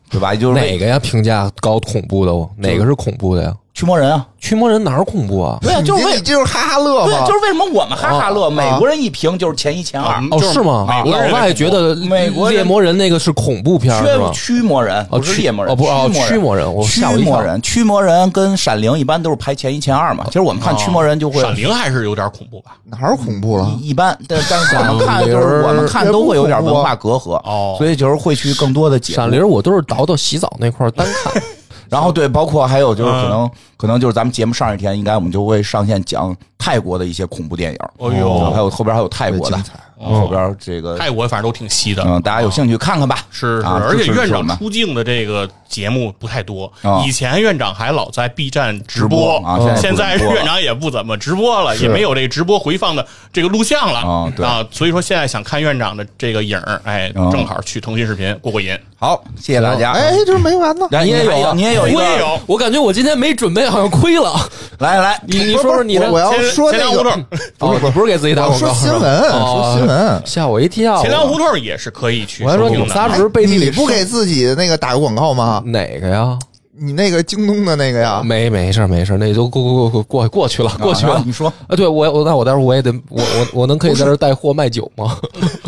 对吧？也就是
哪
个
个呀？评价高恐怖的哦，哪个是恐怖的呀？
驱魔人啊？
驱魔人哪儿恐怖啊？
对啊，
你
就是
这
为
你这就是哈哈乐
哦
对啊，
吗？
就是为什么我们哈哈乐，美国人一评就是前一前二
啊，
哦，
就是
吗？
美国
老
人
外觉得
美国人
猎魔人那个是恐怖片儿是
缺
吗？
驱魔人，
哦
不是
驱
猎魔人，
哦不哦
驱
驱魔人我
驱
吓我一跳
魔人，驱魔人跟闪灵一般都是排前一前二嘛。其实我们看驱魔人就会
哦闪灵还是有点恐怖吧？
哪儿恐怖了？
一般，但但是我们看就是我们看都会有点文化隔阂，
哦
所以就是会去更多的解读
闪灵，我都是倒到洗澡那块儿单看。
然后对，包括还有就是可能、可可能就是咱们节目上一天，应该我们就会上线讲泰国的一些恐怖电影。
哎
啊还
呦，
有后边还有泰国的啊
精彩，
后边这个
泰国反正都挺稀的，
嗯，大家有兴趣看看吧。
是是，
啊
而
支
且
持
院
支持我
长
们
出镜的这个节目不太多
啊，
以前院长还老在 B 站直
直播啊现在不
现在
直播了
院长也不怎么直播了，
是
也没有这个直播回放的这个录像了
啊对
啊，所以说现在想看院长的这个影儿，哎，
啊
正好去腾讯视频过过瘾。
好，谢谢大家。啊
哎，这没完呢。
来，
你也
还
有啊
你也有一
我也
个，
有，
我感觉我今天没准备，好像亏了。
来来，
你你说说你
不是
的
我我，要
前
说
前
那
粮胡
个，
同，
不是哦不是给自己打
我
广
说
告，
新
是吧
闻，
哦
说新闻。
吓我一跳。
前粮胡同也是可以去
我还
收
说你
听
们仨
的。
不是背地里
你不
说嗯
给自己那个打个广告吗？
哪个呀？
你那个京东的那个呀，
没没事儿没事儿，那就过过过过过去了，过去
啊
了。
你说
啊，对我我那我待会儿我也得我我我能可以在这儿带货卖酒吗？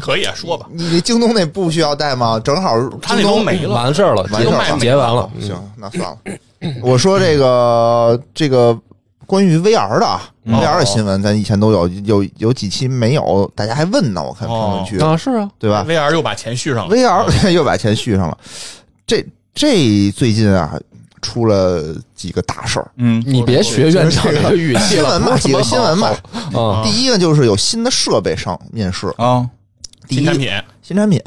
可以啊，说吧，
你京东那不需要带吗？正好
他那
京
都
东
没
嗯
了，
完事儿了，
完事儿了
结结完了。嗯
行，那算了。我说这个这个关于 VR 的啊
嗯哦
VR 的新闻，咱以前都有，有有几期没有，大家还问呢，我看评论区，
啊，是啊，
对吧
VR 又把钱续上了。啊
？VR 又把钱续上了，这这最近啊出了几个大事儿，
嗯，
你别学院长这个语气 啊
新
了，
闻
不
嘛，
是
几个
什
新
么
闻嘛。
好。
第一个就是有新的设备上面世，
啊，
第
新
一
产品
新产品，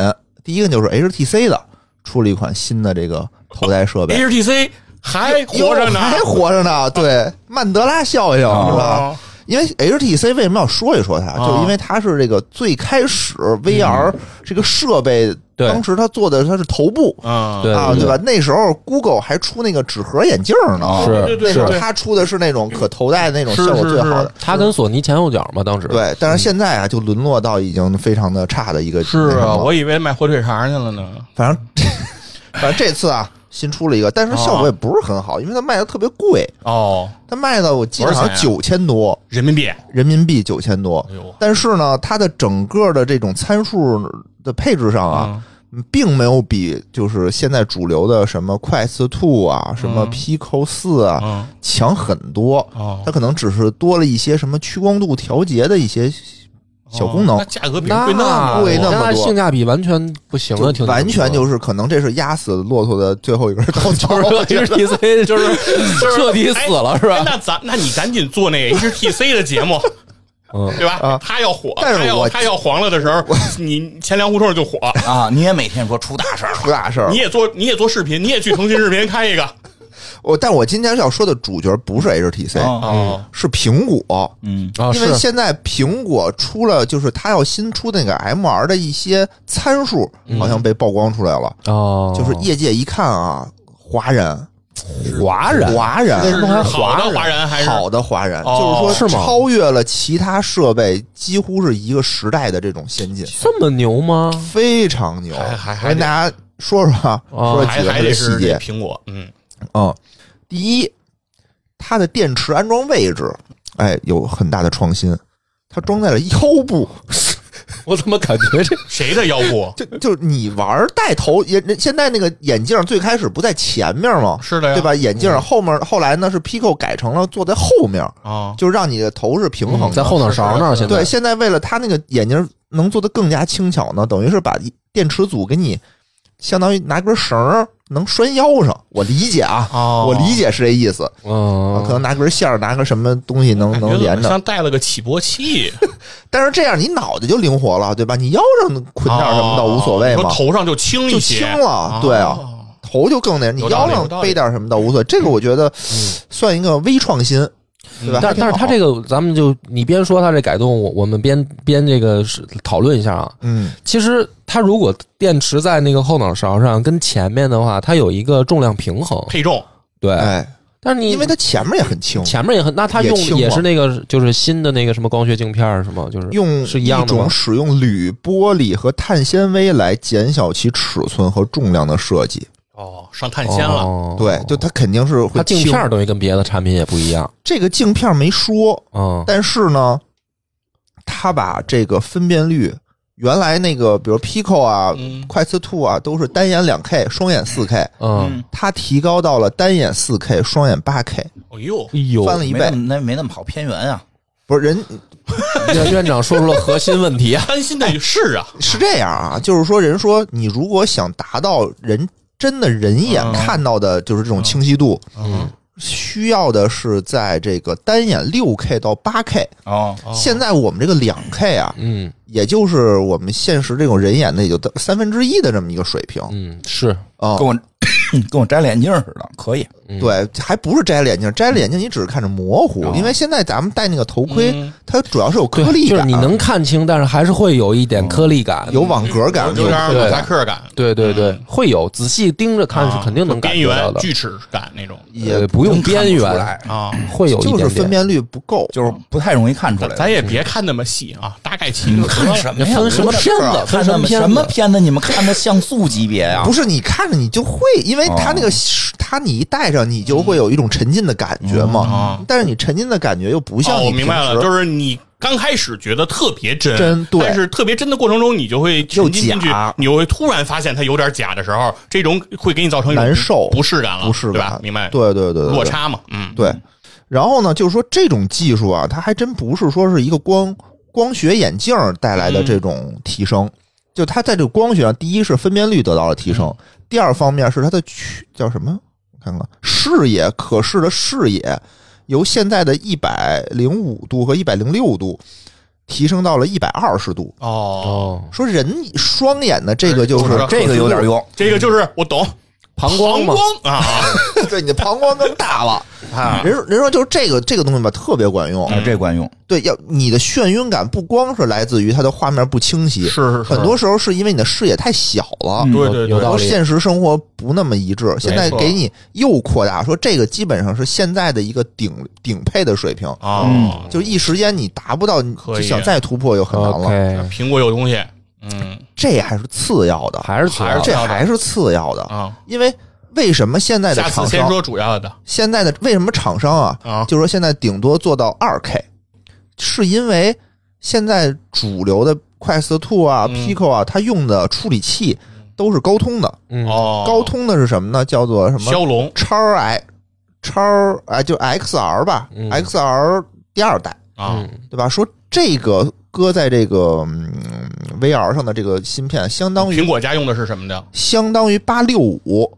第一个就是 HTC 的出了一款新的这个头戴设备，
HTC 还哦哎活着呢，
还活着呢。对，曼德拉效应
啊
是吧？
啊
因为 HTC 为什么要说一说它？
啊
就因为它是这个最开始 VR 这个设备，
对
当时它做的它是头部
嗯，
对哦
啊，对吧？那时候 Google 还出那个纸盒眼镜呢，
是
对对
是
对
它出的是那种可头戴的那种
是
效果
是
最好的
是。
他跟索尼前后脚嘛，当时。
对，但是现在啊，就沦落到已经非常的差的一个那
是
什么
啊，
了
我以为卖火腿肠去了呢。
反正
嗯
反正这次啊，新出了一个，但是效果也不是很好，因为它卖的特别贵，
哦，
它卖的我记得
多少
好
钱
像
啊
九千多
人民币，
人民币九千多
哎呦，
但是呢，它的整个的这种参数的配置上啊。
嗯
并没有比就是现在主流的什么 Quest Two 啊，什么 Pico 四啊、
嗯
强很多，
哦
它可能只是多了一些什么屈光度调节的一些小功
哦
能
那，价格比人
那
贵那么
贵
多
那么多
那性价比完全不行啊，
就
挺
完 全就是可能这是压死骆驼的最 后一根稻草，
就是 HTC 就是彻底死了，是
哎
吧？
那咱那你赶紧做 那 HTC 的节目，
嗯
对吧？他要火，
啊但是
他要
我
他要黄了的时候，你前粮胡同就火。
啊，你也每天说出大事儿了，
出大事儿
你。也做，你也做视频，你也去腾讯视频开一个。
我，但我今天要说的主角不是 HTC，、
啊
哦，
是苹果，
嗯
啊，
哎因为
是
现在苹果出了，就是它要新出那个 MR 的一些参数，
嗯
好像被曝光出来了，
哦，
就是业界一看啊，哗然，
华人
哗然，
是
还
好的华人还是
好的哗然，
哦
就是说
是吗
超越了其他设备，几乎是一个时代的这种先进。
这么牛吗？
非常牛，
还还
我跟大家说说啊，
哦
说
还
几个
还
它
得
的
是
细
这
节。
苹果，嗯，
嗯，第一，它的电池安装位置，哎，有很大的创新，它装在了腰部。
我怎么感觉这
谁的腰部？
就就你玩戴头也，现在那个眼镜最开始不在前面吗？
是的呀
对
啊
吧？眼
嗯
镜后面后来呢是 Pico 改成了坐在后面，
啊，
就是让你的头是平衡的。
嗯在后脑勺那儿？现在
对，现在为了它那个眼睛能做得更加轻巧呢，等于是把一电池组给你，相当于拿根绳儿能拴腰上。我理解啊，
哦
我理解是这意思。啊
嗯，
可能拿根线儿，拿个什么东西能能连
感觉
着，
像带了个起搏器，
但是这样你脑袋就灵活了，对吧？你腰上捆点儿什么的
哦
无所
你
谓
说
嘛，
头上就轻一
就
些，
轻了，对啊，
哦，
头就更那，你
有道
腰
理有
上
道理嗯
背点儿什么的无所谓。这个我觉得算一个微创新，对吧？还
但
挺
但是他
好
这个，咱们就你边说他这改动，我我们边边这个是讨论一下啊。
嗯
其实它如果电池在那个后脑勺上跟前面的话，它有一个重量平衡，
配重
对。
哎，
但是你
因为它前面也很轻，
嗯前面也很，那它
也
用
轻
也
嘛
是那个就是新的那个什么光学镜片儿是吗？就是
用
是一
一
样的吗
种？使用铝、玻璃和碳纤维来减小其尺寸和重量的设计。
哦，上碳纤了，
哦
对，就它肯定是会
它镜
轻
片儿等于跟别的产品也不一样，
这个镜片没说，
嗯，
但是呢，它把这个分辨率，原来那个比如 Pico 啊、
嗯
快 Quest Two 啊都是单眼两 K、双眼四 K，
嗯，
它提高到了单眼四 K、双眼八 K，
哎呦，，
哎呦，
翻了一
没
倍
那。么那没那么跑偏圆啊，
不是人
院院长说出了核心问题啊
担心的是啊，
是这样啊，就是说人说你如果想达到人真的人眼看到的就是这种清晰度，
嗯，
需要的是在这个单眼六 K 到八 K，
哦，
现在我们这个两 K 啊，
嗯
也就是我们现实这种人眼的也就到三分之一的这么一个水平
嗯，是
啊
跟。我嗯跟我摘了眼镜似的，可以。
对，还不是摘了眼镜，摘了眼镜你只是看着模糊，因为现在咱们戴那个头盔，它主要是有颗
嗯对
粒
就是
感，
你能看清，但是还是会有一点颗粒感。
有网格感，
有点
有
马赛克感，
对对对，会有，仔细盯着看是
啊
肯定能
就
感
边
觉到
缘
的，
锯齿感那种
也不用
真看
边
不出
缘
来，
啊。
会有一
就是
点
分
点。
辨率不够，
就是不太容易看出来。
咱也别看那么细啊，大概齐就行了。
看什么呀？
分什么片子分
看
什
什
么
么
片子
什么片子？你们看的像素级别呀？
不是你看着你就会，因为它那个
嗯
它你一戴上，你就会有一种沉浸的感觉
嗯
嘛。但是你沉浸的感觉又不像
哦，
你
我
平
明白了，
时
就是你刚开始觉得特别真，
真对
但是特别真的过程中，你就会沉浸进去
又假，
你会突然发现它有点假的时候，这种会给你造成一种
难受
不适感了，
不适
对吧
感？，
明白？，
对对对对，对
落差嘛，嗯，
对。然后呢，就是说这种技术啊，它还真不是说是一个光光学眼镜带来的这种提升，就它在这个光学上，第一是分辨率得到了提升，第二方面是它的区叫什么？我看看视野可视的视野，由现在的一百零五度和一百零六度提升到了一百二十度。
哦，
哦，
说人双眼的这个就
就是
是
这个有点用，
这个就是我懂，
膀胱嘛，
啊啊，
对你的膀胱更大了
啊嗯
人说人说就是这个这个东西吧，特别管用。
嗯
这管用。
对，要你的眩晕感不光是来自于它的画面不清晰，
是是是
很多时候是因为你的视野太小了，
嗯
对对
有
对，
道
和
理
现实生活不那么一致。现在
错
给你又扩大，说这个基本上是现在的一个顶顶配的水平，
啊，
嗯
就一时间你达不到，你
可以
就想再突破又很难了。
OK，
苹果有东西，嗯
这还是次要的，
还是主
还
要
是
这还是次要的，
啊，
因为为什么现在的
下次
厂
先
商
说主要的
现在的为什么厂商啊，
啊，
就说现在顶多做到二 K，是因为现在主流的快速兔啊、
嗯
Pico 啊，它用的处理器都是高通的。
嗯
哦，
高通的是什么呢？叫做什么
骁龙
叉 I 叉哎，就 XR 吧、
嗯
x r 第二代，
啊，
嗯
对吧？说这个搁在这个、嗯、VR 上的这个芯片，相当于
苹果家用的是什么的？
相当于八六五，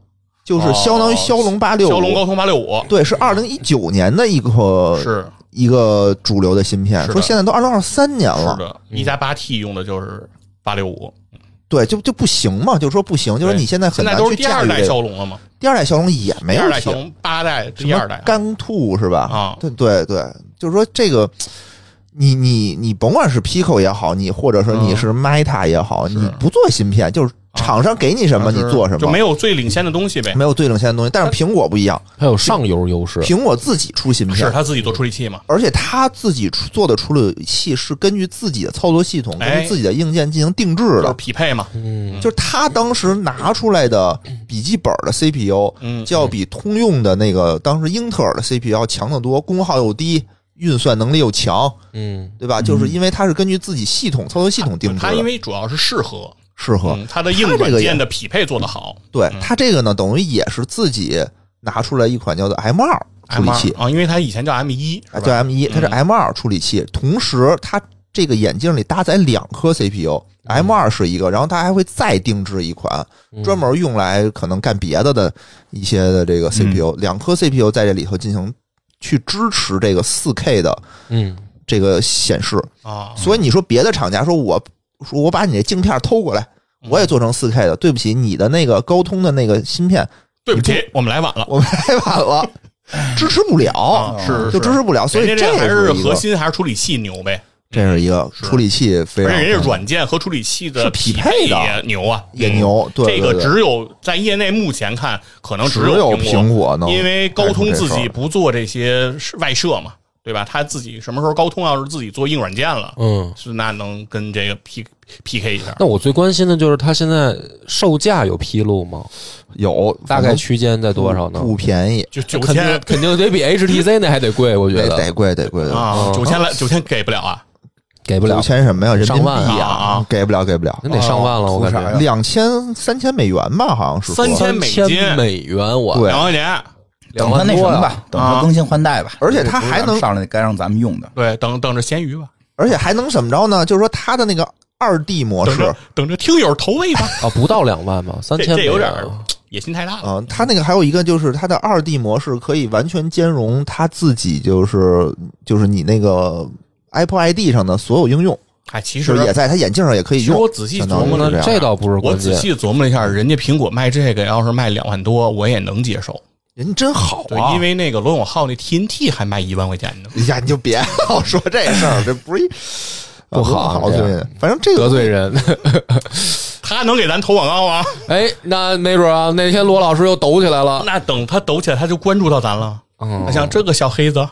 就是
哦
相当于骁龙八六
骁龙
五。
高通八六五
对，是二零一九年的一个
是
一个主流的芯片
是，的
说现在都二零二三年
是
了，
的，一加八 T 用的就是八六五，
对，就就不行嘛，就说不行，就说
对
你现在很
现在
难
都
去
是第
驾
二
驭
代
这个。
骁龙了嘛，
第二代骁龙也没
第
有
二代
提
骁龙八代
什
第二
么
代
甘兔是吧？
啊
对对对，就是说这个，你你你甭管是 Pico 也好，你或者说
嗯
你是 Meta 也好，你不做芯片，就是厂商给你什么你做什
啊就没
么，没有
有最领先的东西呗，
对领先的东西。但是苹果不一样，
它有上游优势，
苹果自己出芯
是
片。
他自己做处理器嘛？
而且他自己出做的处理器是根据自己的操作系统、
哎
根据自己的硬件进行定制
就是
的，
匹配嘛，
嗯
就是他当时拿出来的笔记本的 CPU，
嗯
就要比通用的那个当时英特尔的 CPU 要强得多，功耗又低，运算能力又强，
嗯
对吧？就是因为它是根据自己系统操作系统定制
啊它因
的，
为主要是适合，
适合。
嗯，它的硬软件的匹配做得好
对它这个呢，等于也是自己拿出来一款叫做 M 二
，M
嗯处理
二
器，
啊，因为它以前叫 M 一，
啊叫 M 一，它是
嗯
M 二处理器，同时它。这个眼镜里搭载两颗
嗯
CPU，M 二是一个，然后它还会再定制一款，
嗯
专门用来可能干别的的一些的这个
嗯
CPU，、两颗 CPU 在这里头进行去支持这个四 K 的
嗯，
这个显示。
啊，
所以你说别的厂家说我说我把你这镜片偷过来，
嗯
我也做成四 K 的，对不起，你的那个高通的那个芯片
对不起，我们来晚了。
我们 太晚了，支持不了，
啊是
哦就是支持不了。所以
人家这还
是一
核
个，
心还是处理器牛呗，
这是一个处理器非
而
常
且人家软件和处理器的
啊是匹配的
也牛啊，
也
嗯
牛，对对
这个
对
只有在业内目前看，可能
只
有
有苹果能
因为高通自己
干出这事儿
不做这些外设嘛，对吧？他自己什么时候高通要是自己做硬软件了，
嗯。
是那能跟这个 P P K 一下
那我最关心的就是它现在售价有披露吗？
有
大
反
概
正
区间在多少呢？
不便宜，
就九
肯定
千
肯定得比 HTC 那还得贵，我觉
得
得嗯
得贵得贵的，
啊，九千
嗯
来九千给不了啊，
给不
九
了，
千什么呀？人民
上万
币
啊啊
给不了给不了，
那得上万了，我
哦
感觉
啊
两千三千美元吧，好像是说
三千美金
千美元，我
对
两块钱。
等它那什
啊
么吧，等它更新换代吧。
啊而且它还能
上来该让咱们用的。
对，等等着咸鱼吧，
而且还能怎么着呢？就是说它的那个二 D 模
等
式
着等着听友投喂吧，
啊，不到两万吧，三
这
千
这
美
有
元
点
啊，
野心太大了。
嗯，它那个还有一个就是它的二 D 模式可以完全兼容它自己就是就是你那个 Apple ID 上的所有应用，
哎，其
就
实
是也在它眼镜上也可以
其实
用。
我仔细
相当
琢
于
磨了
是，
这倒不是
我
关
仔
键。
细琢磨了一下，人家苹果卖这个要是卖两万多，我也能接受。
人家真好
对，
啊！
因为那个罗永浩那 TNT 还卖一万块钱呢。
哎呀，你就别老说这事儿，这不是一
不好
啊不好
这样
对，反正这个
得罪人，
他能给咱投广告啊吗？
哎，那没准啊，那天罗老师又抖起来了。
那等他抖起来，他就关注到咱了。
嗯
他想这个小黑子啊，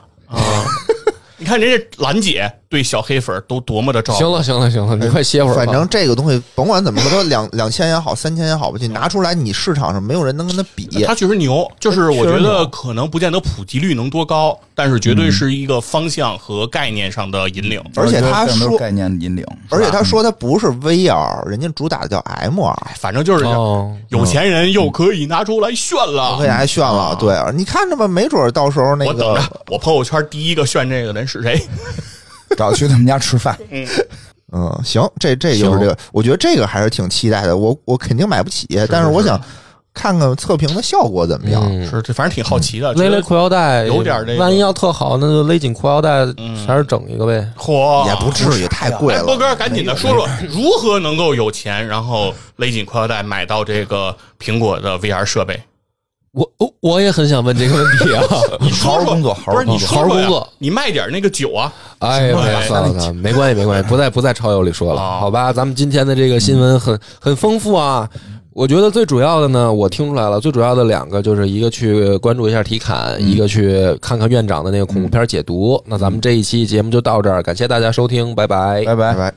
你看人家兰姐对小黑粉都多么的照顾。
行了，行了，行了，你快歇会儿吧。
反正这个东西甭管怎么说，两两千也好，三千也好吧，就拿出来，你市场上没有人能跟它比。
他确实牛，就是我
确
觉
实牛嗯
得可能不见得普及率能多高，但是绝对是一个方向和概念上的引领。
而且他
我觉得这种都
说
是概念引领，
而且他说它不是 VR，人家主打的叫 MR，
反正就是
哦
有钱人又可以拿出来炫了。
可以还炫了。对，啊你看着吧，没准儿到时候嗯那
啊我等
个
着，我朋友圈第一个炫这个的人是谁？
找去他们家吃饭，
嗯，行，这这就是这个，我觉得这个还是挺期待的。我我肯定买不起，但是我想看看测评的效果怎么样。
嗯
是，这反正挺好奇的。
勒
觉
勒
得
裤腰带，
有点这个嗯
万一要特好，那就勒紧裤腰带，还是整一个呗。
嚯，
也不至于太贵
哎，
了。
波哥，赶紧的说说如何能够有钱，然后勒紧裤腰带买到这个苹果的 VR 设备？
我我我也很想问这个问 题啊。
你说
好好
说
工作好好
不是你
工
作
说说
好好工
呀
作，
你卖点那个酒啊，
哎呀，没算了，算了没关系，没关系，不在不在超友里说了，
哦
好吧？咱们今天的这个新闻很很丰富啊。我觉得最主要的呢，我听出来了，最主要的两个就是一个去关注一下体感，一个去看看院长的那个恐怖片解读。那咱们这一期节目就到这儿，感谢大家收听，拜拜
拜拜
拜。拜。